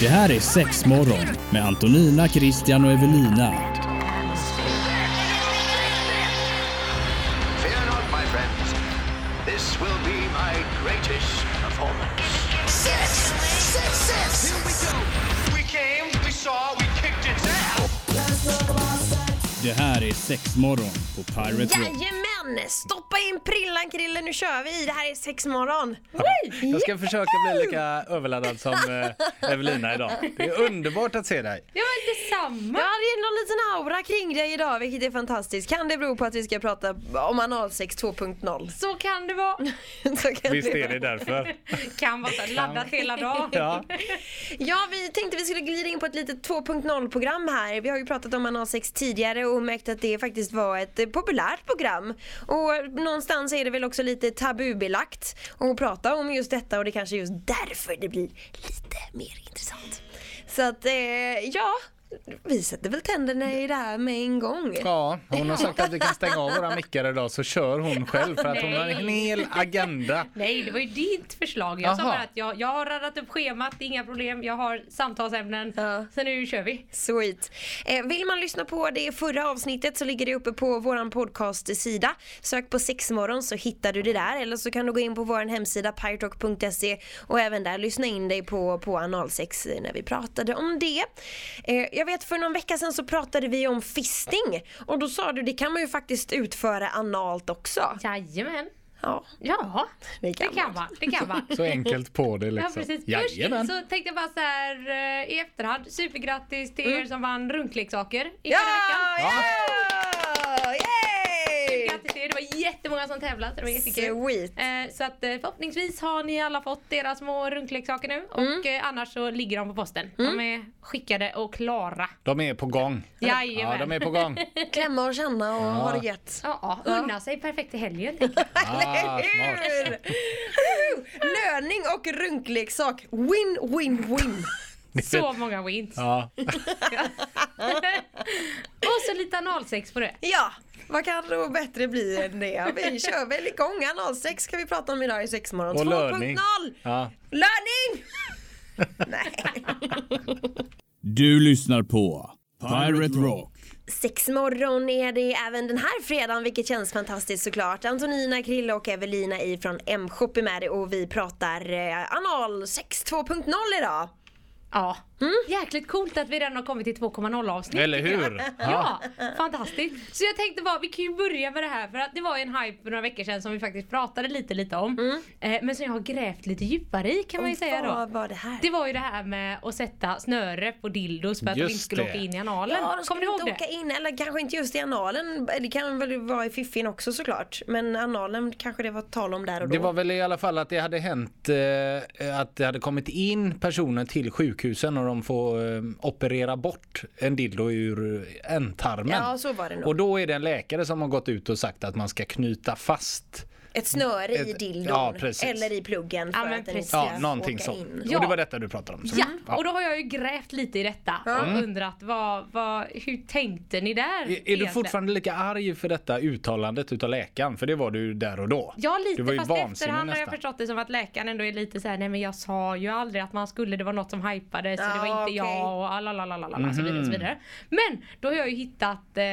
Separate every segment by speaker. Speaker 1: Det här är Sexmorgon med Antonina, Christian och Evelina.
Speaker 2: Fear not, my friends. This will be my greatest performance.
Speaker 3: Six! Six, six! Here we go!
Speaker 2: We came, we saw, we kicked its ass.
Speaker 1: Det här är Sexmorgon på Pirate Rock.
Speaker 4: Jajamän! Stoppa in prillan Krille, nu kör vi! Det här är sexmorgon.
Speaker 5: Jag ska försöka bli lika överladdad som eh, Evelina idag. Det är underbart att se dig.
Speaker 6: Ja men detsamma!
Speaker 4: Jag hade ju någon liten aura kring dig idag vilket är fantastiskt. Kan det bero på att vi ska prata om analsex 2.0?
Speaker 6: Så kan det vara.
Speaker 4: Så kan
Speaker 5: Visst
Speaker 4: det
Speaker 5: är
Speaker 4: vara.
Speaker 5: det därför?
Speaker 6: Kan vara så här laddat hela dagen.
Speaker 5: Ja.
Speaker 4: Ja, vi tänkte vi skulle glida in på ett litet 2.0 program här. Vi har ju pratat om analsex tidigare och märkt att det faktiskt var ett eh, populärt program. Och någonstans är det väl också lite tabubelagt att prata om just detta och det kanske är just därför det blir lite mer intressant. Så att, eh, ja. Vi sätter väl tänderna i det här med en gång.
Speaker 5: ja, hon har sagt att vi kan stänga av våra mickar idag så kör hon själv för att hon har en hel agenda.
Speaker 6: Nej det var ju ditt förslag. Jag sa
Speaker 5: Jaha.
Speaker 6: bara att jag, jag har radat upp schemat, det är inga problem. Jag har samtalsämnen.
Speaker 4: Ja.
Speaker 6: Så nu kör vi.
Speaker 4: Sweet. Eh, vill man lyssna på det förra avsnittet så ligger det uppe på vår podcast-sida. Sök på sexmorgon så hittar du det där. Eller så kan du gå in på vår hemsida pyrotalk.se och även där lyssna in dig på, på analsex eh, när vi pratade om det. Eh, jag vet för någon vecka sedan så pratade vi om fisting och då sa du det kan man ju faktiskt utföra analt också.
Speaker 6: Jajamän.
Speaker 4: Ja,
Speaker 6: Ja,
Speaker 4: det kan,
Speaker 6: det kan
Speaker 4: man.
Speaker 6: vara. Det kan vara.
Speaker 5: Så enkelt på det
Speaker 6: Ja,
Speaker 5: liksom.
Speaker 6: precis. Först
Speaker 5: Jajamän.
Speaker 6: så tänkte jag bara så här eh, i efterhand. Supergrattis till er som vann runkleksaker i
Speaker 4: Ja!
Speaker 6: förra veckan.
Speaker 4: Ja! Yay!
Speaker 6: Grattis till er. Det var jättemånga som tävlade. så Det var jättekul.
Speaker 4: Sweet.
Speaker 6: Eh, Så att eh, förhoppningsvis har ni alla fått era små runkleksaker nu
Speaker 5: Mm.
Speaker 6: och eh, annars så ligger de på posten. De är skickade och klara.
Speaker 5: De är på gång.
Speaker 6: Jajamän.
Speaker 5: Mm. Ja, de är på gång.
Speaker 4: Klämma och känna och ha det gött.
Speaker 6: Ja, ja, unna sig perfekt i helgen. tänker jag.
Speaker 5: Ah, smart.
Speaker 4: Hur? Löning och runkleksak. Win, win, win.
Speaker 6: Så många wins.
Speaker 5: Ja.
Speaker 6: och så lite analsex på det.
Speaker 4: Ja, vad kan då bättre bli än det? Vi kör väl igång. Analsex ska vi prata om idag i Sexmorgon
Speaker 5: Och
Speaker 4: 2.0.
Speaker 5: löning. Ja.
Speaker 4: Löning! Nej.
Speaker 1: Du lyssnar på Pirate Rock.
Speaker 4: Sexmorgon är det även den här fredagen vilket känns fantastiskt såklart. Antonina, Krille och Evelina ifrån M-shop är med och vi pratar eh, analsex 2.0 idag.
Speaker 6: Ja.
Speaker 5: Mm.
Speaker 6: Jäkligt coolt att vi redan har kommit till 2.0 avsnitt.
Speaker 5: Eller hur? Ja.
Speaker 6: Ja, fantastiskt. Så jag tänkte bara, vi kan ju börja med det här för att det var ju en hype för några veckor sedan som vi faktiskt pratade lite lite om.
Speaker 5: Mm.
Speaker 6: Eh, men som jag har grävt lite djupare i kan man ju säga då.
Speaker 4: Vad var det här?
Speaker 6: Det var ju det här med att sätta snöre på dildos för att
Speaker 5: Just
Speaker 6: de inte skulle
Speaker 5: det.
Speaker 6: åka in i analen.
Speaker 4: Ja, de
Speaker 6: Kommer
Speaker 4: skulle
Speaker 6: ni ihåg
Speaker 4: inte
Speaker 6: det?
Speaker 4: åka in, eller kanske inte just i analen. Det kan väl vara i fiffin också såklart. Men analen kanske det var tal om där och då.
Speaker 5: Det var väl i alla fall att det hade hänt eh, att det hade kommit in personer till sjukhusen och de får eh, operera bort en dildo ur ändtarmen.
Speaker 4: Ja, så var det nog.
Speaker 5: Och då är det en läkare som har gått ut och sagt att man ska knyta fast
Speaker 4: Ett snöre i
Speaker 5: Ett-
Speaker 4: dildon.
Speaker 5: ja, precis.
Speaker 4: eller i pluggen för
Speaker 6: Ja, men
Speaker 4: att den inte
Speaker 6: precis.
Speaker 4: ska
Speaker 5: ja,
Speaker 4: åka
Speaker 5: någonting sånt.
Speaker 4: in.
Speaker 5: Och
Speaker 6: Ja.
Speaker 5: det var detta du pratade om. Mm. Så.
Speaker 6: Ja, och då har jag ju grävt lite i detta och undrat vad, vad, hur tänkte ni
Speaker 5: Mm. Är,
Speaker 6: där?
Speaker 5: är du
Speaker 6: egentligen?
Speaker 5: fortfarande lika arg för detta uttalandet utav läkaren? För det var du där och då.
Speaker 6: Ja lite,
Speaker 5: du var ju
Speaker 6: fast
Speaker 5: vansinnig
Speaker 6: efterhand har jag
Speaker 5: nästan.
Speaker 6: förstått det som att läkaren ändå är lite så här, nej men jag sa ju aldrig att man skulle, det var något som hypades så det var
Speaker 4: Ja,
Speaker 6: inte
Speaker 4: okej.
Speaker 6: jag och lalalala så vidare och
Speaker 5: Mhm.
Speaker 6: så vidare. Men då har jag ju hittat eh,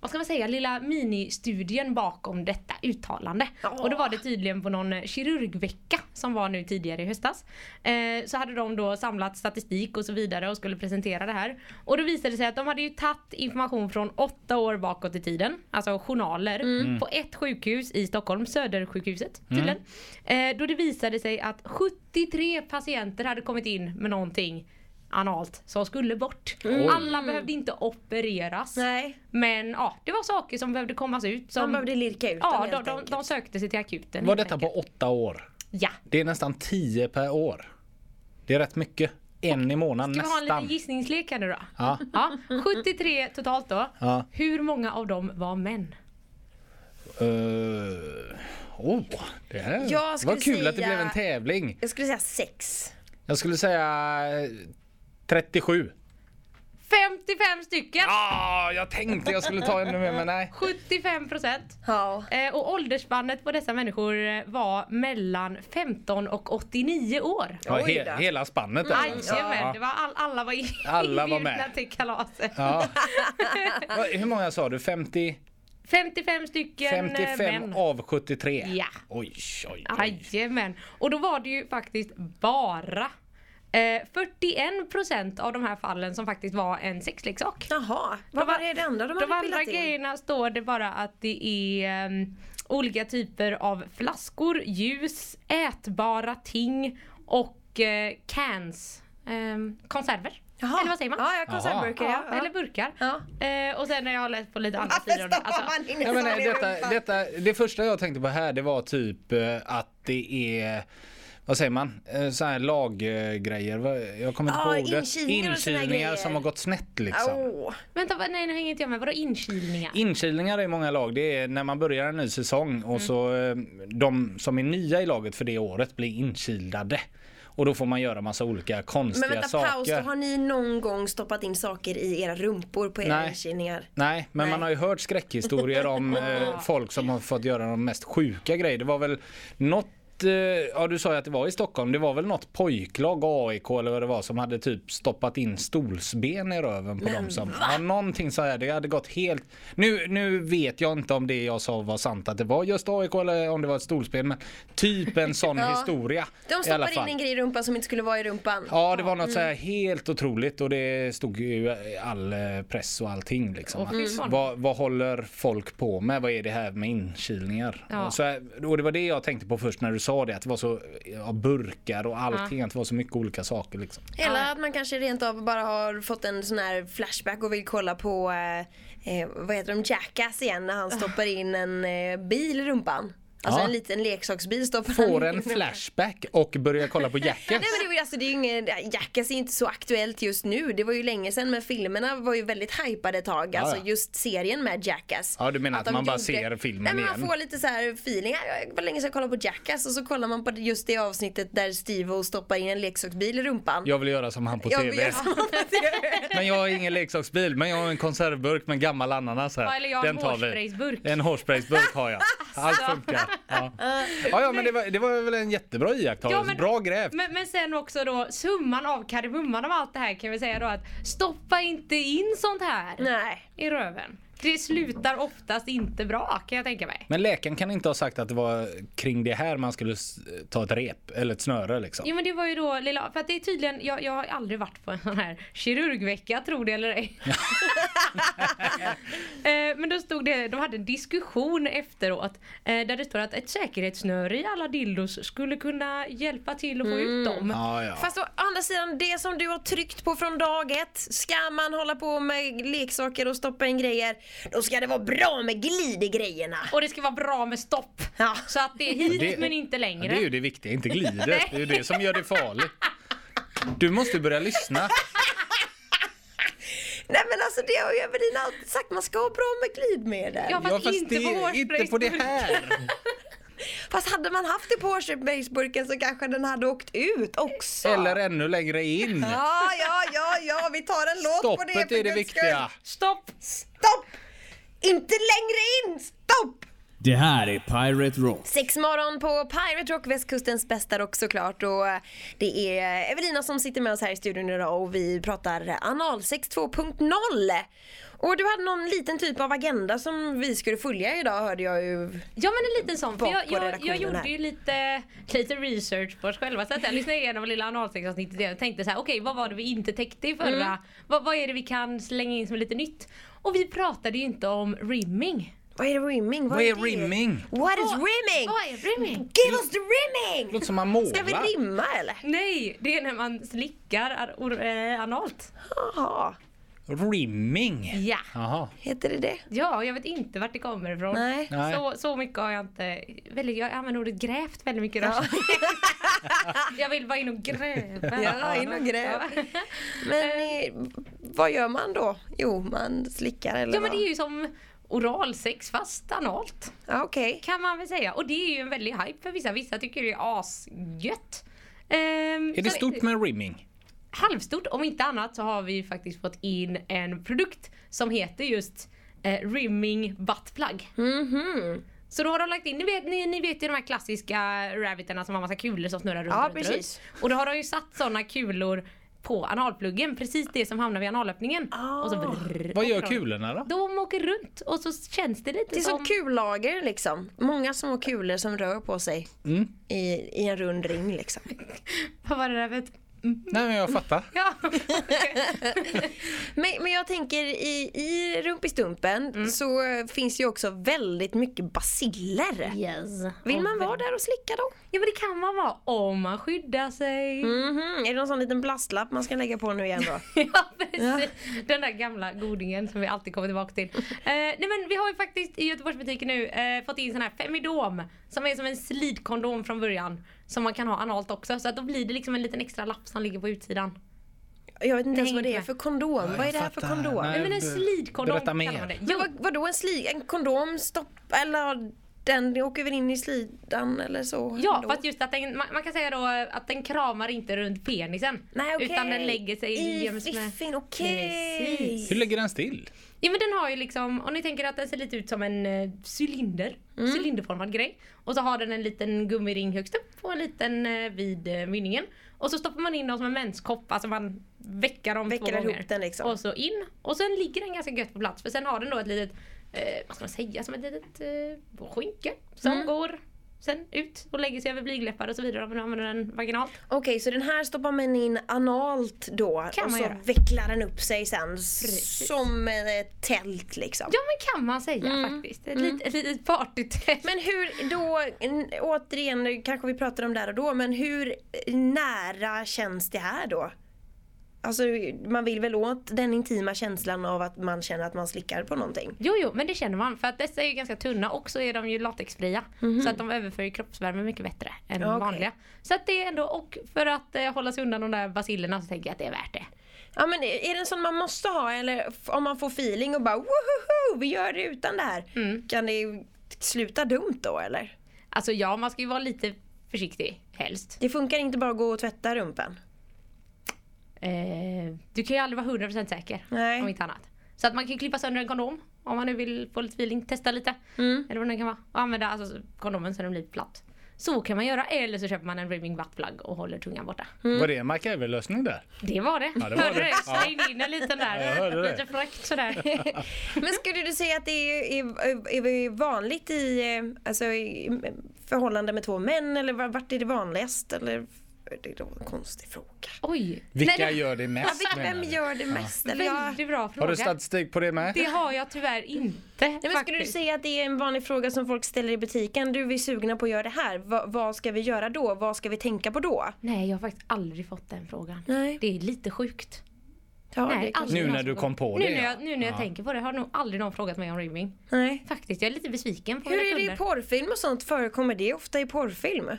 Speaker 6: vad ska man säga, lilla ministudien bakom detta uttalande. Och då var det tydligen på någon eh, kirurgvecka som var nu tidigare i höstas. Eh, så hade de då samlat statistik och så vidare och skulle presentera det här. Och då visade det sig att de hade ju tagit information från åtta år bakåt i tiden, alltså journaler,
Speaker 4: Mm.
Speaker 5: Mm.
Speaker 6: på ett sjukhus i Stockholm, Södersjukhuset tydligen. Eh, då det visade sig att 73 patienter hade kommit in med någonting analt som skulle bort.
Speaker 5: Mm.
Speaker 6: Alla behövde inte opereras.
Speaker 4: Nej,
Speaker 6: Men ja, det var saker som behövde kommas ut. Som,
Speaker 4: man behövde lirka ut dem
Speaker 6: ja,
Speaker 4: helt
Speaker 6: de, de,
Speaker 4: enkelt.
Speaker 6: de sökte sig till akuten.
Speaker 5: Var
Speaker 6: helt
Speaker 5: detta
Speaker 6: enkelt.
Speaker 5: på åtta år?
Speaker 6: Ja.
Speaker 5: Det är nästan tio per år. Det är rätt mycket. En i månaden
Speaker 6: Ska vi ha en liten
Speaker 5: nästan.
Speaker 6: gissningslek här nu då?
Speaker 5: Ja.
Speaker 6: Ja, 73 totalt då.
Speaker 5: Ja.
Speaker 6: Hur många av dem var män?
Speaker 5: Uh, oh, det här
Speaker 4: Jag skulle
Speaker 5: var kul att det
Speaker 4: säga-
Speaker 5: blev en tävling.
Speaker 4: Jag skulle säga sex.
Speaker 5: Jag skulle säga eh, 37.
Speaker 6: 55 stycken!
Speaker 5: Ah, jag tänkte jag skulle ta ännu mer men nej.
Speaker 6: 75 procent.
Speaker 4: Ja.
Speaker 6: Eh, Och åldersspannet på dessa människor eh, var mellan 15 och 89 år.
Speaker 5: Ja,
Speaker 4: Oj
Speaker 5: he-
Speaker 4: då.
Speaker 5: hela spannet där. alltså.
Speaker 6: Jajamän, det var all, alla var in-
Speaker 5: Alla var med.
Speaker 6: inbjudna till kalaset.
Speaker 5: Ja. Va, Hur många sa du? 50?
Speaker 6: 55 stycken eh,
Speaker 5: 55
Speaker 6: män.
Speaker 5: av 73?
Speaker 6: Ja.
Speaker 5: Oj, oj, oj.
Speaker 6: Jajamän. Och då var det ju faktiskt bara eh, 41% av de här fallen som faktiskt var en sexleksak.
Speaker 4: Jaha, vad var det det andra de
Speaker 6: De
Speaker 4: hade
Speaker 6: andra
Speaker 4: pillat in?
Speaker 6: grejerna står det bara att det är ehm, olika typer av flaskor, ljus, ätbara ting och eh, cans. Ehm, konserver.
Speaker 4: Jaha.
Speaker 6: Eller vad säger man?
Speaker 4: Ja, ja konservburkar
Speaker 6: Ja,
Speaker 4: ja. ja.
Speaker 6: Eller burkar.
Speaker 4: Ja.
Speaker 6: Eh, och sen har jag läst på lite andra
Speaker 4: Varför
Speaker 6: sidor. om det.
Speaker 4: stoppar
Speaker 6: Alltså,
Speaker 4: man in
Speaker 5: Ja,
Speaker 4: en
Speaker 5: men,
Speaker 4: sån
Speaker 5: nej,
Speaker 4: i
Speaker 5: detta,
Speaker 4: rumpan?
Speaker 5: detta, det första jag tänkte på här det var typ eh, att det är vad säger man? Eh, Så här laggrejer. vad- Jag kommer inte
Speaker 4: Ja,
Speaker 5: på ordet.
Speaker 4: inkilningar och såna här
Speaker 5: Inkilningar
Speaker 4: grejer.
Speaker 5: som har gått snett liksom.
Speaker 4: Åh.
Speaker 6: vänta, vad- nej nu hänger inte jag med. Vadå inkilningar?
Speaker 5: Inkilningar i många lag, det är när man börjar en ny säsong
Speaker 4: Mm.
Speaker 5: och så eh, de som är nya i laget för det året blir inkilade. Och då får man göra massa olika konstiga
Speaker 4: Men vänta
Speaker 5: saker.
Speaker 4: paus, då har ni någon gång stoppat in saker i era rumpor på era
Speaker 5: Nej.
Speaker 4: inkilningar?
Speaker 5: Nej, men
Speaker 4: Nej.
Speaker 5: man har ju hört skräckhistorier om eh, folk som har fått göra de mest sjuka grejer. Det var väl något eh, Ja du sa ju att det var i Stockholm, det var väl något pojklag, AIK eller vad det var som hade typ stoppat in stolsben i röven på dem som... Ja, någonting så här, det hade gått helt... Nu, nu vet jag inte om det jag sa var sant att det var just AIK eller om det var ett stolsben men typ en sån historia
Speaker 4: De
Speaker 5: i alla
Speaker 4: stoppar in
Speaker 5: fall.
Speaker 4: en grej i rumpan som inte skulle vara i rumpan.
Speaker 5: Ja det var något så här helt otroligt och det stod ju i all eh, press och allting liksom.
Speaker 6: Åh, fy
Speaker 5: Att
Speaker 6: fan.
Speaker 5: Vad, vad håller folk på med? Vad är det här med inkilningar?
Speaker 6: Ja.
Speaker 5: Och, så här, och det var det jag tänkte på först när du sa det att det var så ja, burkar och allting. Att det var så mycket olika saker liksom.
Speaker 4: Eller att man kanske rent av bara har fått en sån här flashback och vill kolla på eh, eh, vad heter de, Jackass igen när han stoppar in en eh, bil i rumpan. Alltså
Speaker 5: Ah. Ja.
Speaker 4: en liten leksaksbil stoppar
Speaker 5: Får
Speaker 4: han in.
Speaker 5: en flashback och börjar kolla på Jackass.
Speaker 4: Nej men det, var ju- alltså, det är ju ingen, Jackass är ju inte så aktuellt just nu. Det var ju länge sedan men filmerna var ju väldigt hypade ett tag. Alltså
Speaker 5: ja.
Speaker 4: just serien med Jackass.
Speaker 5: Ja, du menar att
Speaker 4: de
Speaker 5: man bara ser filmen
Speaker 4: Nej, men Man
Speaker 5: igen.
Speaker 4: får lite så här feeling. "Ja, Jag var länge sedan jag kollade på Jackass och så kollar man på just det avsnittet där Steve stoppar in en leksaksbil i rumpan.
Speaker 5: Jag vill göra som han på
Speaker 4: Jag
Speaker 5: TV.
Speaker 4: vet.
Speaker 5: Men jag har ingen leksaksbil men jag har en konservburk med gammal ananas här.
Speaker 6: Ja, eller jag har en
Speaker 5: tar vi.
Speaker 6: hårsprejsburk. Alltså.
Speaker 5: En hårsprejsburk har jag. Allt funkar. Ja, ja, ja men det var, det var väl en jättebra iakttagelse.
Speaker 6: Ja, men-
Speaker 5: alltså, Bra grävt.
Speaker 6: Men, men sen också då summan av kardemumman av allt det här kan vi säga då att stoppa inte in sånt här
Speaker 4: Nej.
Speaker 6: i röven. Det slutar oftast inte bra kan jag tänka mig.
Speaker 5: Men läkaren kan inte ha sagt att det var kring det här man skulle s- ta ett rep eller ett snöre liksom.
Speaker 6: Jo men det var ju då lilla, för att det är tydligen, jag, jag har aldrig varit på en sån här kirurgvecka tror det eller ej. Eh, men då stod det, de hade en diskussion efteråt eh, där det står att ett säkerhetssnöre i alla dildos skulle kunna hjälpa till att få ut dem.
Speaker 5: Mm. Ja, ja.
Speaker 4: Fast å andra sidan, det som du har tryckt på från dag ett, ska man hålla på med leksaker och stoppa in grejer, då ska det vara bra med glid i grejerna.
Speaker 6: Och det ska vara bra med stopp.
Speaker 4: Ja.
Speaker 6: Så att det är hit
Speaker 5: Det-
Speaker 6: men inte
Speaker 5: Ja,
Speaker 6: längre.
Speaker 5: det är ju det viktiga, inte glidet. Det är ju det som gör det farligt. Du måste börja lyssna.
Speaker 4: Nej men alltså det har ju Evelina alltid sagt, man ska ha bra med glidmedel.
Speaker 6: Ja, fast, inte,
Speaker 5: det,
Speaker 6: på hårsprejs-
Speaker 5: inte på det här.
Speaker 4: Fast hade man haft det på årsbeisburken så kanske den hade åkt ut också.
Speaker 5: Eller ännu längre in.
Speaker 4: Ja, ja, ja, ja, vi tar en låt på det
Speaker 5: Stoppet
Speaker 4: för
Speaker 5: är det
Speaker 4: guds
Speaker 5: viktiga.
Speaker 4: skull.
Speaker 6: Stopp!
Speaker 4: Stopp! Inte längre in! Stopp!
Speaker 1: Det här är Pirate Rock.
Speaker 4: Sex morgon på Pirate Rock, västkustens bästa rock såklart. Och eh, det är Evelina som sitter med oss här i studion idag och vi pratar analsex 2.0. Och du hade någon liten typ av agenda som vi skulle följa idag hörde jag ju.
Speaker 6: Ja men en liten sån. För
Speaker 4: Bak
Speaker 6: jag,
Speaker 4: på
Speaker 6: jag, jag
Speaker 4: redaktionen
Speaker 6: gjorde
Speaker 4: här.
Speaker 6: ju lite, lite research på oss själva. Så att jag lyssnade igenom lilla analsexavsnittet igen och tänkte så här: okej vad var det vi inte täckte i förra? Vad, vad är det vi kan slänga in som är lite nytt? Och vi pratade ju inte om rimming.
Speaker 4: Vad är rimming?
Speaker 5: Vad är
Speaker 4: det?
Speaker 5: rimming?
Speaker 4: What is
Speaker 6: Vad-
Speaker 4: rimming?
Speaker 6: Vad är rimming?
Speaker 4: Give us the
Speaker 5: Det
Speaker 4: rimming!
Speaker 5: låter som man målar.
Speaker 4: Ska vi rimma eller?
Speaker 6: Nej, det är när man slickar ar- or- eh, analt.
Speaker 4: Jaha,
Speaker 5: Rimming?
Speaker 6: Ja.
Speaker 5: Jaha.
Speaker 4: heter det det?
Speaker 6: Ja, jag vet inte vart det kommer ifrån.
Speaker 4: Nej.
Speaker 5: Nej.
Speaker 6: Så, så mycket har jag inte... Väldigt, jag använder ordet grävt väldigt mycket. Ja. jag vill bara in och gräva.
Speaker 4: Ja, in och gräv.
Speaker 6: Ja.
Speaker 4: Men eh, vad gör man då? Jo, man slickar eller
Speaker 6: Ja men det
Speaker 4: vad?
Speaker 6: är ju som oralsex fast analt
Speaker 4: Ja, Okej.
Speaker 6: kan man väl säga. Och det är ju en väldig hype för vissa. Vissa tycker det är asgött. Ehm,
Speaker 5: Är det
Speaker 6: så-
Speaker 5: stort med rimming?
Speaker 6: halvstort. Om inte annat så har vi faktiskt fått in en produkt som heter just eh, Rimming Butt Plug.
Speaker 4: Mhm.
Speaker 6: Så då har de lagt in, ni vet, ni, ni vet ju de här klassiska rabbitarna som har massa kulor som snurrar runt.
Speaker 4: Ja,
Speaker 6: runt,
Speaker 4: precis.
Speaker 6: Runt. Och då har de ju satt sådana kulor på analpluggen, precis det som hamnar vid analöppningen.
Speaker 4: Ah.
Speaker 6: Och så brrr,
Speaker 5: Vad
Speaker 6: åker
Speaker 5: gör
Speaker 6: de.
Speaker 5: kulorna då?
Speaker 6: De åker runt och så känns det lite
Speaker 4: Det är som
Speaker 6: som...
Speaker 4: kullager liksom. Många små kulor som rör på sig
Speaker 5: Mm.
Speaker 4: i, i en rund ring liksom.
Speaker 6: Vad var det där för ett-
Speaker 5: Nej men jag fattar.
Speaker 6: Ja.
Speaker 4: Men, men jag tänker i, i rumpistumpen
Speaker 6: Mm.
Speaker 4: så finns ju också väldigt mycket basiller.
Speaker 6: yes.
Speaker 4: Vill man vara där och slicka då?
Speaker 6: Ja men det kan man vara om man skyddar sig.
Speaker 4: Mhm, Är det någon sån liten blastlapp man ska lägga på nu igen då?
Speaker 6: Ja precis. Den där gamla godingen som vi alltid kommer tillbaka till. Eh, nej men vi har ju faktiskt i Göteborgsbutiken nu eh, fått in sån här Femidom. Som är som en slidkondom från början. Som man kan ha analt också. Så att då blir det liksom en liten extra lapp som ligger på utsidan.
Speaker 4: Jag vet inte ens
Speaker 6: hänger
Speaker 4: vad det är
Speaker 6: med.
Speaker 4: för kondom. Vad är det här för
Speaker 5: fattar.
Speaker 4: kondom?
Speaker 5: Nej.
Speaker 6: Nej men en
Speaker 5: ber-
Speaker 6: slidkondom
Speaker 5: berätta
Speaker 6: kallar
Speaker 5: mer.
Speaker 6: man det.
Speaker 4: Men
Speaker 6: Jo,
Speaker 4: vad, vadå en slig? En kondom stopp eller den det åker väl in i slidan eller så?
Speaker 6: Ja,
Speaker 4: ändå.
Speaker 6: fast just att den, man, man kan säga då eh, att den kramar inte runt penisen.
Speaker 4: Nej, okej.
Speaker 6: Utan den lägger sig
Speaker 4: i
Speaker 6: jäms med...
Speaker 4: fiffin. Okej.
Speaker 6: Precis.
Speaker 5: Hur lägger den still?
Speaker 6: Ja men den har ju liksom, om ni tänker att den ser lite ut som en eh, cylinder. Cylinderformad grej. Och så har den en liten gummiring högst upp och en liten eh, vid eh, mynningen. Och så stoppar man in dem som en menskopp, alltså man veckar dem
Speaker 4: Veckar
Speaker 6: två
Speaker 4: ihop
Speaker 6: gånger.
Speaker 4: den liksom.
Speaker 6: Och så in. Och sen ligger den ganska gött på plats för sen har den då ett litet, eh, vad ska man säga, som ett litet eh, skynke. Som går sen ut och lägger sig över blygläppar och så vidare om man använder den vaginalt.
Speaker 4: Okej, så den här stoppar man in analt då
Speaker 6: Kan
Speaker 4: och
Speaker 6: man
Speaker 4: så
Speaker 6: göra.
Speaker 4: vecklar den upp sig sen s-
Speaker 6: Precis.
Speaker 4: som ett tält liksom.
Speaker 6: Ja men kan man säga faktiskt. Ett, lit, ett litet partytält.
Speaker 4: Men hur då, n- återigen kanske vi pratar om där och då, men hur nära känns det här då? Alltså man vill väl åt den intima känslan av att man känner att man slickar på någonting?
Speaker 6: Jo, jo, men det känner man. För att dessa är ju ganska tunna och så är de ju latexfria. Så att de överför ju kroppsvärme mycket bättre än
Speaker 4: Mhm. Ja, okej.
Speaker 6: vanliga. Så att det är ändå, och för att eh, hålla sig undan de där bacillerna så tänker jag att det är värt det.
Speaker 4: Ja men är det en sån man måste ha eller f- om man får feeling och bara woho vi gör det utan det här. Kan det ju sluta dumt då eller?
Speaker 6: Alltså ja, man ska ju vara lite försiktig helst.
Speaker 4: Det funkar inte bara att gå och tvätta rumpen.
Speaker 6: Eh, du kan ju aldrig vara 100% säker.
Speaker 4: Nej.
Speaker 6: Om inte annat. Så att man kan ju klippa sönder en kondom. Om man nu vill få lite feeling, testa lite.
Speaker 4: Mm.
Speaker 6: Eller vad det kan vara. Och använda alltså, kondomen så den blir platt. Så kan man göra. Eller så köper man en rimming butt plug och håller tungan borta.
Speaker 4: Mm.
Speaker 5: Var det en MacGyver-lösning där?
Speaker 6: Det var det.
Speaker 5: Ja, det var
Speaker 6: Hörde
Speaker 5: det.
Speaker 6: du?
Speaker 5: Ja.
Speaker 6: Slängde in en liten där.
Speaker 5: jag hörde det.
Speaker 6: Lite fräckt sådär.
Speaker 4: Men skulle du säga att det är, är, är, är vanligt i, eh, alltså, i eh, förhållande med två män eller var- vart är det vanligast? Eller, det är då en konstig fråga.
Speaker 6: Oj.
Speaker 5: Vilka
Speaker 6: Nej, det-
Speaker 5: gör det
Speaker 4: Ja,
Speaker 5: mest? menar
Speaker 4: vem
Speaker 5: du?
Speaker 4: gör det mest? Eller jag...
Speaker 6: Väldigt bra fråga.
Speaker 5: Har du statistik på det med?
Speaker 6: Det har jag tyvärr inte.
Speaker 4: Nej, men skulle du
Speaker 6: faktiskt.
Speaker 4: säga att det är en vanlig fråga som folk ställer i butiken? Du, vi är sugna på att göra det här. Va, vad ska vi göra då? Vad ska vi tänka på då?
Speaker 6: Nej, jag har faktiskt aldrig fått den frågan.
Speaker 4: Nej.
Speaker 6: Det är lite sjukt.
Speaker 4: Ja,
Speaker 6: Nej,
Speaker 4: det kan-
Speaker 6: aldrig
Speaker 5: Nu
Speaker 6: någon
Speaker 5: när
Speaker 6: som
Speaker 5: du
Speaker 6: frågat.
Speaker 5: kom på
Speaker 6: nu
Speaker 5: det,
Speaker 6: När
Speaker 5: ja.
Speaker 6: jag, nu när jag tänker på det har nog aldrig någon frågat mig om rimming.
Speaker 4: Nej.
Speaker 6: Faktiskt, jag är lite besviken på
Speaker 4: Hur
Speaker 6: mina
Speaker 4: är det
Speaker 6: kunder.
Speaker 4: i porrfilm och sånt? Förekommer det ofta i porrfilm?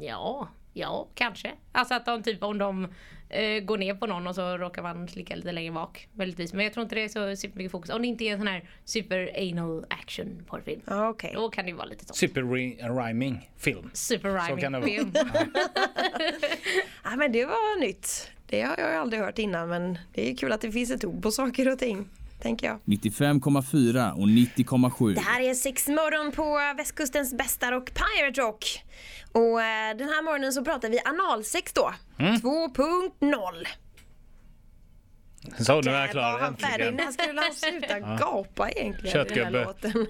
Speaker 6: Ja, ja, kanske. Alltså att de typ om de eh, går ner på någon och så råkar man slicka lite längre bak. Möjligtvis. Men jag tror inte det är så supermycket fokus. Om det inte är en sån här super anal action porrfilm.
Speaker 4: Ja, okej.
Speaker 6: Då kan det ju vara lite sånt.
Speaker 5: Super-rhyming film.
Speaker 6: Super
Speaker 5: Så kan det
Speaker 6: rhyming
Speaker 5: vara.
Speaker 6: film.
Speaker 4: Ja, men det var nytt. Det har jag ju aldrig hört innan men det är ju kul att det finns ett ord på saker och ting. Tänker jag.
Speaker 1: 95,4 och 90,7.
Speaker 4: Det här är Sexmorgon på västkustens bästa rock, Pirate Rock. Och eh, den här morgonen så pratar vi analsex då.
Speaker 5: Mm.
Speaker 4: 2.0.
Speaker 5: Så nu är jag
Speaker 4: Där var
Speaker 5: klar
Speaker 4: han färdig.
Speaker 5: äntligen.
Speaker 4: När skulle han sluta gapa egentligen? i Den här
Speaker 5: Köttgubbe.
Speaker 4: låten?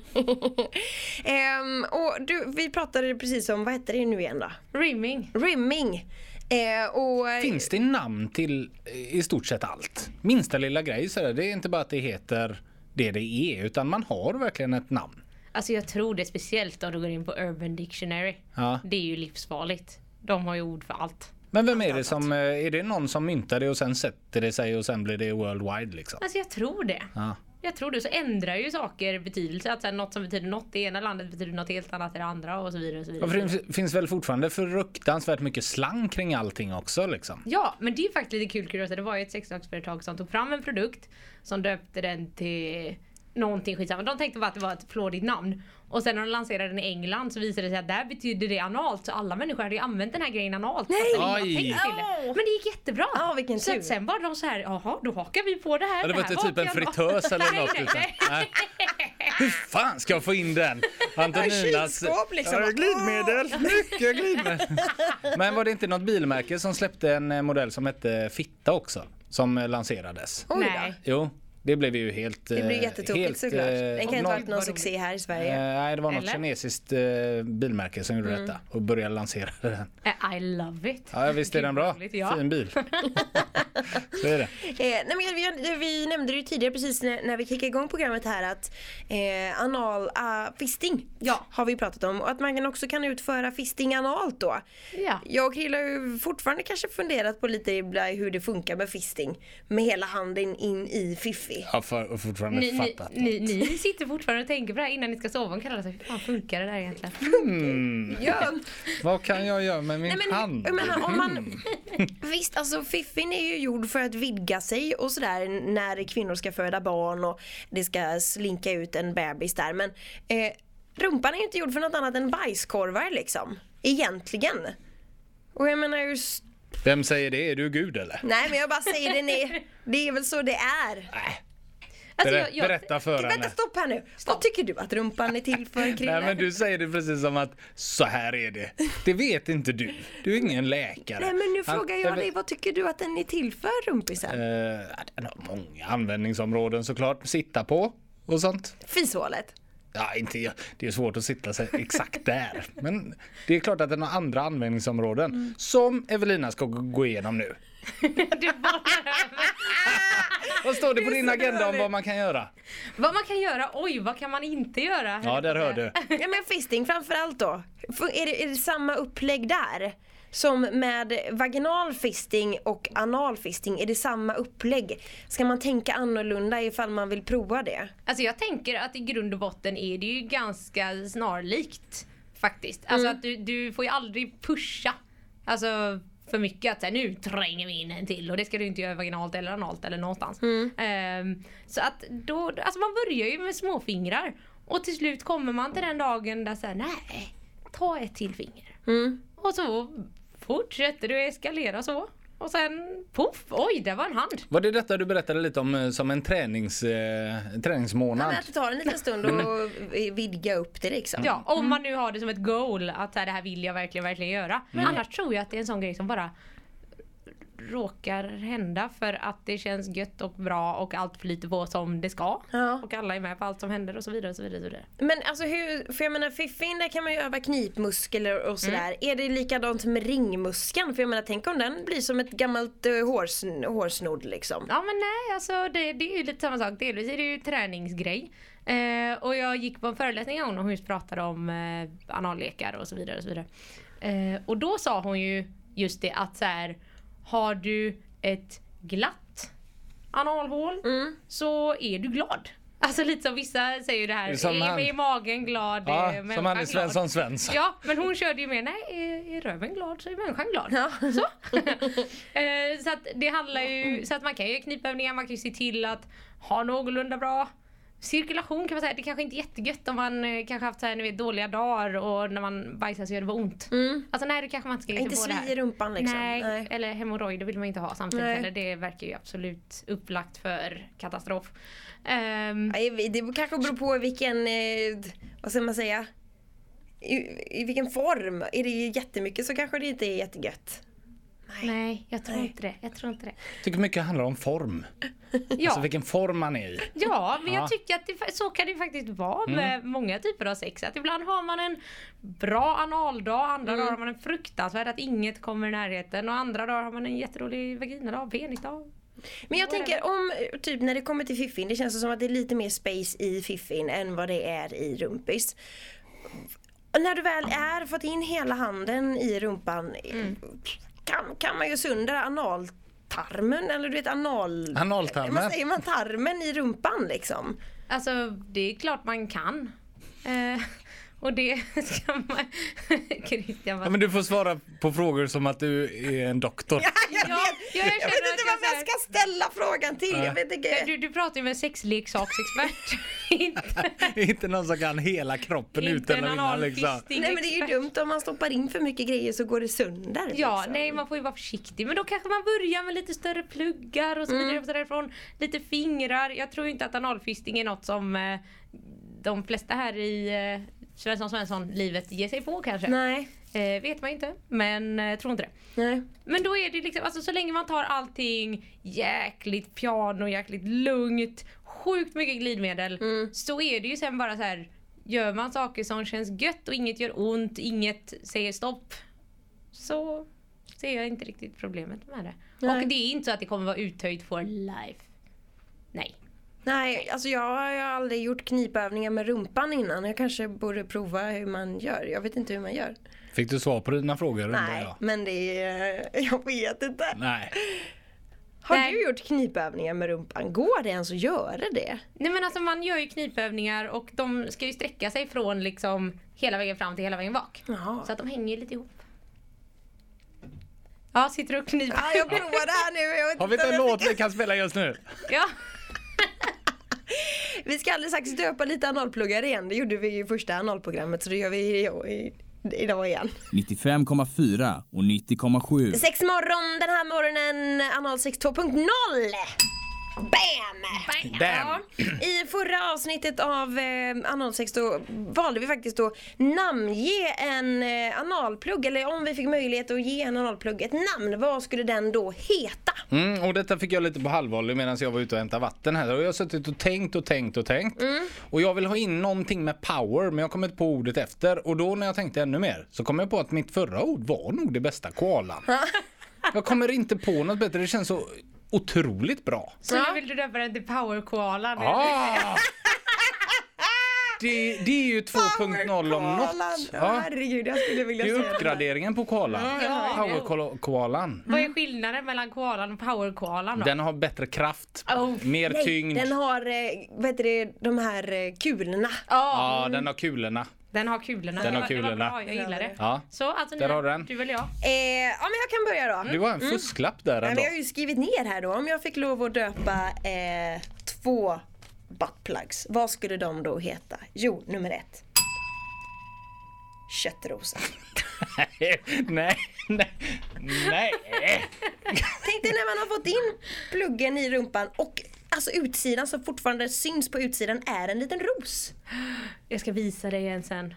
Speaker 4: Ehm, och du, vi pratade precis om, vad hette det nu igen då?
Speaker 6: Rimming.
Speaker 4: Rimming. Eh, och,
Speaker 5: Finns det namn till eh, i stort sett allt? Minsta lilla grej sådär. Det är inte bara att det heter det det är utan man har verkligen ett namn.
Speaker 6: Alltså jag tror det speciellt om du går in på Urban Dictionary.
Speaker 5: Ja.
Speaker 6: Det är ju livsfarligt. De har ju ord för allt.
Speaker 5: Men vem är det som, eh, är det någon som myntar det och sen sätter det sig och sen blir det worldwide liksom?
Speaker 6: Alltså jag tror det.
Speaker 5: Ja.
Speaker 6: Jag tror det. Så ändrar ju saker betydelse. Att så här, något som betyder något i ena landet betyder något helt annat i det andra och så vidare. Och så
Speaker 5: Ja,
Speaker 6: vidare.
Speaker 5: för det finns väl fortfarande fruktansvärt mycket slang kring allting också liksom.
Speaker 6: Ja, men det är faktiskt lite kul kuriosa. Det var ju ett sexleksaksföretag som tog fram en produkt som döpte den till någonting skitsamma. De tänkte bara att det var ett flådigt namn. Och sen när de lanserade den i England så visade det sig att där betydde det analt. Så alla människor hade ju använt den här grejen analt. Nej! Fast ingen
Speaker 5: Aj.
Speaker 6: har tänkt till det. Men det gick jättebra.
Speaker 4: Ja, vilken
Speaker 6: så
Speaker 4: tur.
Speaker 6: att sen var de så här, jaha då hakar vi på det här.
Speaker 5: Ja, det var
Speaker 6: här
Speaker 5: inte typ en
Speaker 6: analt."
Speaker 5: fritös eller
Speaker 6: Nej,
Speaker 5: något.
Speaker 6: nej,
Speaker 5: Utan,
Speaker 6: nej.
Speaker 5: nej. Hur fan ska jag få in den? Antoninas...
Speaker 4: kylskåp liksom.
Speaker 5: Ja, glidmedel! Mycket glidmedel! Men var det inte något bilmärke som släppte en eh, modell som hette Fitta också? Som eh, lanserades?
Speaker 4: Oj då.
Speaker 6: Nej.
Speaker 5: Jo, det blev ju helt...
Speaker 4: Det blir
Speaker 5: eh,
Speaker 4: jättetokigt
Speaker 5: helt,
Speaker 4: såklart.
Speaker 5: eh,
Speaker 4: Den kan ju inte ha
Speaker 5: noll-
Speaker 4: varit någon succé här i Sverige.
Speaker 5: Eh, nej, det var något
Speaker 6: Eller?
Speaker 5: kinesiskt eh, bilmärke som
Speaker 4: Mm.
Speaker 5: gjorde detta och började lansera den.
Speaker 6: Eh, I love it.
Speaker 5: Ja, visst är den bra?
Speaker 6: Roligt, ja.
Speaker 5: Fin bil. Så är det.
Speaker 4: Eh, nej, men vi, vi nämnde det ju tidigare precis när, när vi kickade igång programmet här att eh, anal ah, fisting
Speaker 6: Ja.
Speaker 4: har vi pratat om och att man kan också kan utföra fisting analt då.
Speaker 6: Ja.
Speaker 4: Jag och Krilla har ju fortfarande kanske funderat på lite ibland hur det funkar med fisting med hela handen in i fiffi.
Speaker 5: Jag har fortfarande
Speaker 6: Ni, ni,
Speaker 5: fattat.
Speaker 6: ni, ni sitter fortfarande och tänker på det här innan ni ska sova om kvällen. Alltså, Hur fan funkar det där egentligen?
Speaker 4: Ja.
Speaker 5: Mm. Vad kan jag göra med min
Speaker 4: Nej, men,
Speaker 5: hand? Mm.
Speaker 4: Jag menar, om man, visst, alltså fiffin är ju gjord för att vidga sig och sådär när kvinnor ska föda barn och det ska slinka ut en bebis där. Men eh, rumpan är ju inte gjord för något annat än bajskorvar liksom. Egentligen. Och jag menar ju... s-
Speaker 5: Vem säger det? Är du gud eller?
Speaker 4: Nej men jag bara säger det, nej, det är väl så det är.
Speaker 6: Alltså,
Speaker 5: Berä- Berätta för
Speaker 4: Vänta
Speaker 5: henne.
Speaker 4: stopp här nu. Vad tycker du att rumpan är till för Krille?
Speaker 5: Nej men du säger det precis som att så här är det. Det vet inte du. Du är ingen läkare.
Speaker 4: Nej, men nu
Speaker 5: Han-
Speaker 4: frågar jag
Speaker 5: vet-
Speaker 4: dig, vad tycker du att den är till för rumpisen?
Speaker 5: Eh, ja, den har många användningsområden såklart. Sitta på och sånt.
Speaker 4: Fishålet?
Speaker 5: Ja, inte, jag. det är svårt att sitta sig exakt där. Men det är klart att den har andra användningsområden. Som Evelina ska gå gå igenom nu.
Speaker 6: Du bara-
Speaker 5: Vad står det på
Speaker 4: Det är
Speaker 5: din
Speaker 4: så
Speaker 5: agenda om
Speaker 4: dåligt.
Speaker 5: vad man kan göra?
Speaker 6: Vad man kan göra, oj vad kan man inte göra?
Speaker 5: Ja, där hör du.
Speaker 4: Ja men fisting framförallt då. Fun- Är det, är det samma upplägg där? Som med vaginal fisting och anal fisting, är det samma upplägg? Ska man tänka annorlunda ifall man vill prova det?
Speaker 6: Alltså jag tänker att i grund och botten är det ju ganska snarlikt faktiskt. Alltså att du, du får ju aldrig pusha alltså för mycket att säga nu tränger vi in en till och det ska du inte göra vaginalt eller analt eller någonstans. Ehm, så att då, alltså man börjar ju med småfingrar och till slut kommer man till den dagen där säger nej, ta ett till finger. Och så fortsätter du eskalera så. Och sen poff, oj där var en hand.
Speaker 5: Var det detta du berättade lite om eh, som en tränings, eh, träningsmånad?
Speaker 4: Men att det tar en liten stund och vidga upp det liksom.
Speaker 6: Ja, om man nu har det som ett goal att så här, det här vill jag verkligen, verkligen göra. Annars tror jag att det är en sån grej som bara råkar hända för att det känns gött och bra och allt flyter på som det ska.
Speaker 4: Ja.
Speaker 6: Och alla är med på allt som händer och så vidare. Och så vidare, och så vidare.
Speaker 4: Men alltså hur, för jag menar fiffin där kan man ju öva knipmuskler och sådär. Är det likadant med ringmuskeln? För jag menar tänk om den blir som ett gammalt eh, hårsn- hårsnodd liksom.
Speaker 6: Ja men nej alltså det, det är ju lite samma sak. Delvis är det ju träningsgrej. Eh, och jag gick på en föreläsning en gång och hon just pratade om eh, anallekar och så vidare. Och, så vidare. Eh, och då sa hon ju just det att så här, har du ett glatt analhål
Speaker 5: Mm.
Speaker 6: så är du glad. Alltså lite som vissa säger ju det här,
Speaker 5: Det är som
Speaker 6: är,
Speaker 5: han-
Speaker 6: är magen glad?
Speaker 5: Ja,
Speaker 6: är
Speaker 5: som
Speaker 6: människan
Speaker 5: Anders
Speaker 6: glad?
Speaker 5: Svensson Svensson.
Speaker 6: Ja, men hon körde ju med nej, är, är röven glad så är människan glad. Så. Eh, så att det handlar ju, så att man kan ju göra knipövningar, man kan ju se till att ha någorlunda bra cirkulation kan man säga. Det kanske inte är jättegött om man eh, kanske haft så här, ni vet, dåliga dagar och när man bajsar så gör det bara ont. Alltså nej, det kanske man inte ska ge sig
Speaker 4: Mm. Inte
Speaker 6: på det här.
Speaker 4: svi i rumpan liksom.
Speaker 6: Nej,
Speaker 4: Nej.
Speaker 6: eller hemorrojder vill man inte ha samtidigt
Speaker 4: Nej.
Speaker 6: heller. Det verkar ju absolut upplagt för katastrof. Ehm,
Speaker 4: Nej, Det kanske beror på vilken, eh, vad ska man säga? I, I vilken form. Är det jättemycket så kanske det inte är jättegött.
Speaker 6: nej, jag tror inte det. Jag tror inte det.
Speaker 5: tycker mycket handlar om form.
Speaker 6: Ja.
Speaker 5: Alltså vilken form man är i.
Speaker 6: Ja, men
Speaker 5: Ja. Mm.
Speaker 6: jag tycker att det, fa- så kan det faktiskt vara med många typer av sex. Att ibland har man en bra analdag, andra
Speaker 5: Mm.
Speaker 6: dagar har man en fruktansvärd att inget kommer i närheten och andra dagar har man en jätterolig vaginadag, penisdag.
Speaker 4: Men jag tänker om, eh, typ när det kommer till fiffin, det känns som att det är lite mer space i fiffin än vad det är i rumpis. Och När du väl är, fått in hela handen i rumpan eh, kan, kan man ju sundra analtarmen eller du vet anal...
Speaker 5: Analtarmen.
Speaker 4: Vad säger man? Tarmen i rumpan liksom.
Speaker 6: Alltså det är klart man kan. Eh, och det ska man... Christian
Speaker 5: Ja,
Speaker 6: bara...
Speaker 5: men du får svara på frågor som att du är en doktor.
Speaker 4: jag, vet,
Speaker 6: jag
Speaker 4: jag
Speaker 6: känner
Speaker 4: vet
Speaker 6: att
Speaker 4: inte
Speaker 6: jag
Speaker 4: vem jag
Speaker 6: så här-
Speaker 4: ska ställa frågan till. Jag vet
Speaker 6: Men
Speaker 4: inte.
Speaker 6: Du, du pratar ju med en sexleksaksexpert. inte
Speaker 5: inte någon som kan hela kroppen
Speaker 6: inte
Speaker 5: utan
Speaker 6: en
Speaker 5: och innan liksom.
Speaker 6: analfisting
Speaker 4: Nej men det är ju
Speaker 6: expert.
Speaker 4: dumt om man stoppar in för mycket grejer så går det sönder.
Speaker 6: Ja,
Speaker 4: liksom.
Speaker 6: nej man får ju vara försiktig. Men då kanske man börjar med lite större pluggar och så vidare. och så Därifrån. Lite fingrar. Jag tror inte att analfisting är något som eh, de flesta här i eh, Svensson Svensson-livet ger sig på kanske.
Speaker 4: Nej.
Speaker 6: Eh, vet man inte, men eh, tror inte det.
Speaker 4: Nej.
Speaker 6: Men då är det liksom, alltså så länge man tar allting jäkligt piano, jäkligt lugnt, sjukt mycket glidmedel. Så är det ju sen bara så här. Gör man saker som känns gött och inget gör ont, inget säger stopp. Så ser jag inte riktigt problemet med det.
Speaker 4: Nej.
Speaker 6: Och det är inte så att det kommer vara uttöjt for life. Nej.
Speaker 4: Nej, alltså jag har ju aldrig gjort knipövningar med rumpan innan. Jag kanske borde prova hur man gör. Jag vet inte hur man gör.
Speaker 5: Fick du svar på dina frågor? undrar
Speaker 4: Nej,
Speaker 5: jag?
Speaker 4: men det är... Jag vet inte.
Speaker 5: Nej.
Speaker 4: Har
Speaker 6: Nej.
Speaker 4: du gjort knipövningar med rumpan? Går det ens att göra det?
Speaker 6: Nej men alltså man gör ju knipövningar och de ska ju sträcka sig från liksom hela vägen fram till hela vägen bak.
Speaker 4: Jaha.
Speaker 6: Så att de hänger ju lite ihop. Ja, sitter du och kniper?
Speaker 4: Ja, jag provar det här nu. Jag vet
Speaker 5: Har vi
Speaker 4: inte
Speaker 5: inte
Speaker 4: om
Speaker 5: en
Speaker 4: jag
Speaker 5: låt
Speaker 4: tycker-
Speaker 5: vi kan spela just nu?
Speaker 6: Ja.
Speaker 4: Vi ska alldeles strax döpa lite analpluggare igen. Det gjorde vi i första analprogrammet så det gör vi i- i- idag igen.
Speaker 1: 95,4 och 90,7.
Speaker 4: Sex morgon den här morgonen, analsex 2.0! Bam!
Speaker 5: Damn.
Speaker 4: I förra avsnittet av eh, analsex då valde vi faktiskt att namnge en eh, analplugg eller om vi fick möjlighet att ge en analplugg ett namn, vad skulle den då heta?
Speaker 5: Mm, och detta fick jag lite på halvvolley medan jag var ute och hämtade vatten här. Och jag har suttit och tänkt och tänkt och tänkt.
Speaker 4: Mm.
Speaker 5: Och jag vill ha in någonting med power men jag kom inte på ordet efter. Och då när jag tänkte ännu mer så kom jag på att mitt förra ord var nog det bästa koalan. jag kommer inte på något bättre. Det känns så otroligt bra.
Speaker 6: Så nu vill du döpa den till powerkoalan?
Speaker 5: Ah! Det, det är ju 2.0 om något.
Speaker 4: Koalan. Ja,
Speaker 5: Ja.
Speaker 4: Herregud, jag skulle vilja
Speaker 5: Det är
Speaker 4: säga det.
Speaker 5: uppgraderingen på koalan.
Speaker 6: ja, ja.
Speaker 5: Powerkoalan.
Speaker 6: Vad är skillnaden mellan koalan och powerkoalan då?
Speaker 5: Den har bättre kraft,
Speaker 6: Oh,
Speaker 5: mer
Speaker 4: Nej,
Speaker 5: tyngd.
Speaker 4: Den har, eh, vad heter det, de här eh, kulorna.
Speaker 6: Ja,
Speaker 5: Ja, den har kulorna.
Speaker 6: den har kulorna.
Speaker 5: Den har
Speaker 6: Det var- det var
Speaker 5: kulorna.
Speaker 6: bra, Jag gillar det.
Speaker 5: Ja.
Speaker 6: Så alltså
Speaker 5: Där
Speaker 6: nu-
Speaker 5: har du den.
Speaker 6: Du eller jag.
Speaker 4: Eh, ja men jag kan börja då.
Speaker 5: Du var en fusklapp där
Speaker 4: Nej,
Speaker 5: ändå.
Speaker 4: men jag har ju skrivit ner här då, om jag fick lov att döpa eh, två buttplugs, vad skulle de då heta? Jo, nummer ett. Köttrosa.
Speaker 5: nej, nej, nej.
Speaker 4: Tänk dig när man har fått in pluggen i rumpan och alltså utsidan som fortfarande syns på utsidan är en liten ros.
Speaker 6: Jag ska visa dig en sen.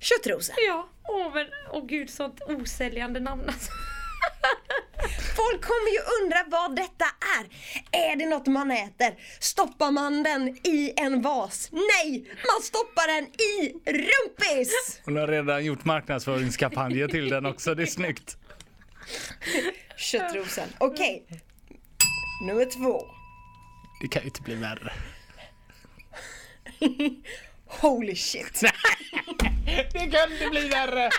Speaker 4: Köttrosa.
Speaker 6: Ja, åh men åh gud sånt osäljande namn alltså.
Speaker 4: Folk kommer ju undra vad detta är. Är det något man äter? Stoppar man den i en vas? Nej, man stoppar den i rumpis!
Speaker 5: Hon har redan gjort marknadsföringskampanjer till den också, det är snyggt.
Speaker 4: Köttrosen. Okej. Nummer två.
Speaker 5: Det kan ju inte bli värre.
Speaker 4: Holy shit.
Speaker 5: Det kan inte bli värre!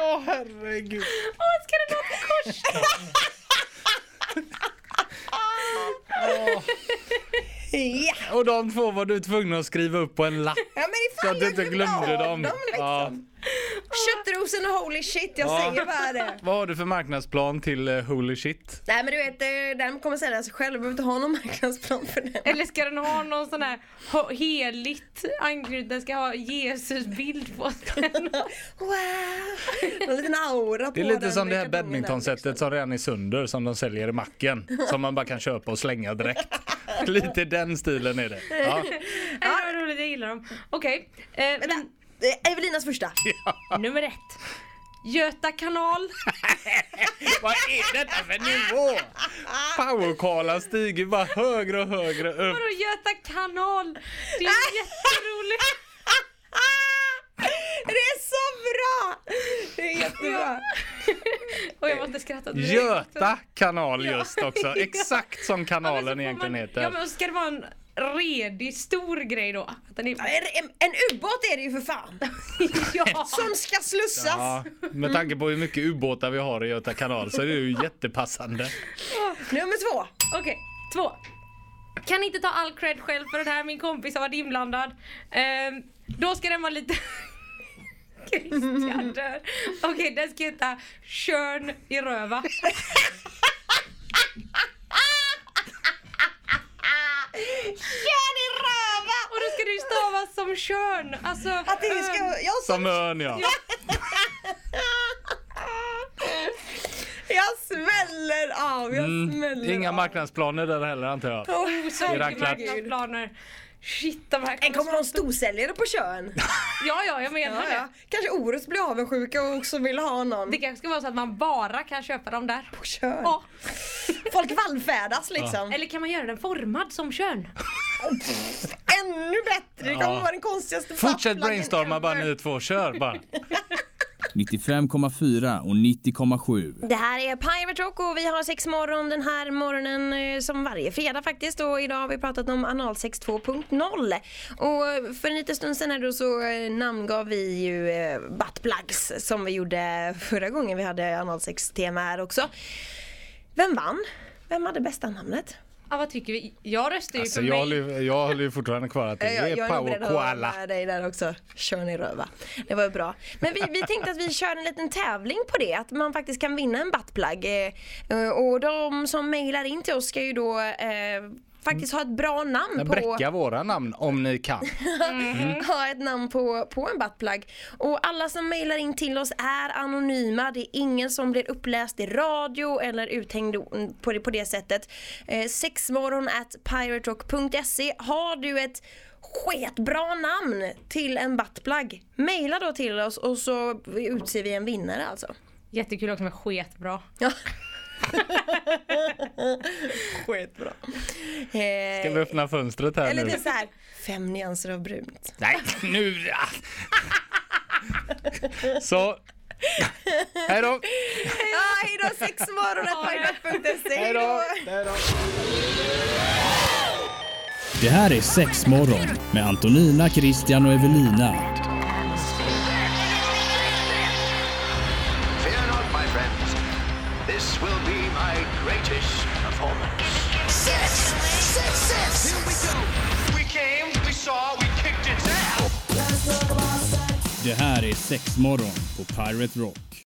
Speaker 5: Åh herregud.
Speaker 6: Åh, ska det låta kors?
Speaker 4: Ja,
Speaker 5: Och de två var du tvungen att skriva upp på en lapp.
Speaker 4: ja men ifall
Speaker 5: Så att du inte glömde
Speaker 4: av
Speaker 5: dem.
Speaker 4: liksom.
Speaker 5: Ja.
Speaker 4: Köttrosen och holy shit, jag säger bara det.
Speaker 5: Vad har du för marknadsplan till eh, Holy Shit?
Speaker 4: Nej men du vet, eh, den kommer sälja sig själv. Jag behöver inte ha någon marknadsplan för den.
Speaker 6: Eller ska den ha någon sån här ho- heligt anknytning? Den ska ha Jesus bild på den.
Speaker 4: Wow! En liten aura på
Speaker 5: Det är lite
Speaker 4: den
Speaker 5: som det här
Speaker 4: kartongen där.
Speaker 5: badmintonsättet som redan är sönder som de säljer i macken. Som man bara kan köpa och slänga direkt. Lite den stilen är det. Ja.
Speaker 6: Det var roligt, jag gillar dem. Okej, eh, men
Speaker 4: Eh, Evelinas första.
Speaker 6: nummer ett. Göta kanal.
Speaker 5: Vad är detta för nivå? Powerkarlan stiger bara högre och högre upp.
Speaker 6: Vadå Göta kanal? Det är jätteroligt.
Speaker 4: Det är så bra! Det är jättebra.
Speaker 6: Och jag måste skratta direkt.
Speaker 5: Göta kanal just också.
Speaker 6: Ja.
Speaker 5: Exakt som
Speaker 6: Ja, men så
Speaker 5: kanalen
Speaker 6: får
Speaker 5: egentligen
Speaker 6: man, Ja
Speaker 5: heter.
Speaker 6: men ska det vara en redig stor grej då? Att den är,
Speaker 4: En, en, en ubåt är det ju för fan.
Speaker 6: ja.
Speaker 4: Som ska slussas.
Speaker 5: Ja, med tanke på hur mycket ubåtar vi har i Göta kanal så är det ju jättepassande.
Speaker 4: Nummer två.
Speaker 6: Okej, två. Kan inte ta all cred själv för den här, min kompis har varit inblandad. Ehm, då ska den vara lite... Christian dör. Okej, den ska heta Körn i röva.
Speaker 4: Kön i röven!
Speaker 6: Och då ska det ju stavas som kön. Alltså,
Speaker 4: Att det ska...
Speaker 6: öm.
Speaker 4: Jag
Speaker 5: Som ön ja.
Speaker 4: Jag sväller av, jag smäller
Speaker 5: Mm. Inga
Speaker 4: av.
Speaker 5: marknadsplaner där heller antar jag.
Speaker 4: Oh,
Speaker 6: Så mycket
Speaker 5: Racklar.
Speaker 6: marknadsplaner. Shit, de här
Speaker 4: en kommer ha en storsäljare på kön.
Speaker 6: Ja, ja, jag menar
Speaker 4: Ja, ja.
Speaker 6: det.
Speaker 4: Kanske Orust blir avundsjuka och också vill ha någon
Speaker 6: Det kanske ska vara så att man bara kan köpa dem där.
Speaker 4: på kön.
Speaker 6: Ja.
Speaker 4: Folk vallfärdas liksom.
Speaker 6: Eller kan man göra den formad som kön?
Speaker 4: Ännu bättre, det kommer
Speaker 5: Ja.
Speaker 4: vara den konstigaste
Speaker 5: Fortsätt
Speaker 4: fastpluggen
Speaker 5: brainstorma bara
Speaker 4: ever.
Speaker 5: ni två, kör bara.
Speaker 1: 95,4 och 90,7.
Speaker 4: Det här är Pirate Rock och vi har sex morgon den här morgonen eh, som varje fredag faktiskt och idag har vi pratat om analsex 2.0 och för en liten stund sedan här då så eh, namngav vi ju eh, buttplugs som vi gjorde förra gången vi hade analsex tema här också. Vem vann? Vem hade bästa namnet?
Speaker 6: Ja, vad tycker vi? Jag röstar ju
Speaker 5: Alltså,
Speaker 6: för
Speaker 5: jag,
Speaker 6: mig.
Speaker 5: håller, ju- jag håller ju fortfarande kvar att
Speaker 4: Jag,
Speaker 5: det
Speaker 4: jag
Speaker 5: är
Speaker 4: är nog
Speaker 5: Power
Speaker 4: beredd att hålla
Speaker 5: Koala.
Speaker 4: med dig där också. Kör ni röva. Det var ju bra. Men vi, vi tänkte att vi kör en liten tävling på det. Att man faktiskt kan vinna en buttplug. Eh, eh, Och de som mejlar in till oss ska ju då eh, faktiskt ha ett bra namn på,
Speaker 5: Bräcka våra namn om ni kan. Mm.
Speaker 4: ha ett namn på, på en buttplug. Och alla som mejlar in till oss är anonyma. Det är ingen som blir uppläst i radio eller uthängd på det, på det sättet. Eh, sexmorgon at piraterock.se. Har du ett sketbra namn till en buttplug, mejla då till oss och så utser vi en vinnare alltså.
Speaker 6: Jättekul också med sketbra.
Speaker 4: Sketbra.
Speaker 5: Ska vi
Speaker 4: Eh,
Speaker 5: öppna fönstret här
Speaker 4: eller
Speaker 5: nu?
Speaker 4: det är så här, fem nyanser av brunt.
Speaker 5: Nej, nu! ah. Så. Hej då!
Speaker 4: Ja, Hej då sexmorgon at piraterock.se. Hej då.
Speaker 1: Det här är Sexmorgon med Antonina, Christian och Evelina.
Speaker 2: Fear not, my friends. This will be my greatest performance.
Speaker 3: Six, six, six. Here we go.
Speaker 2: We came, we saw, we kicked its ass.
Speaker 1: Det här är Sexmorgon på Pirate Rock.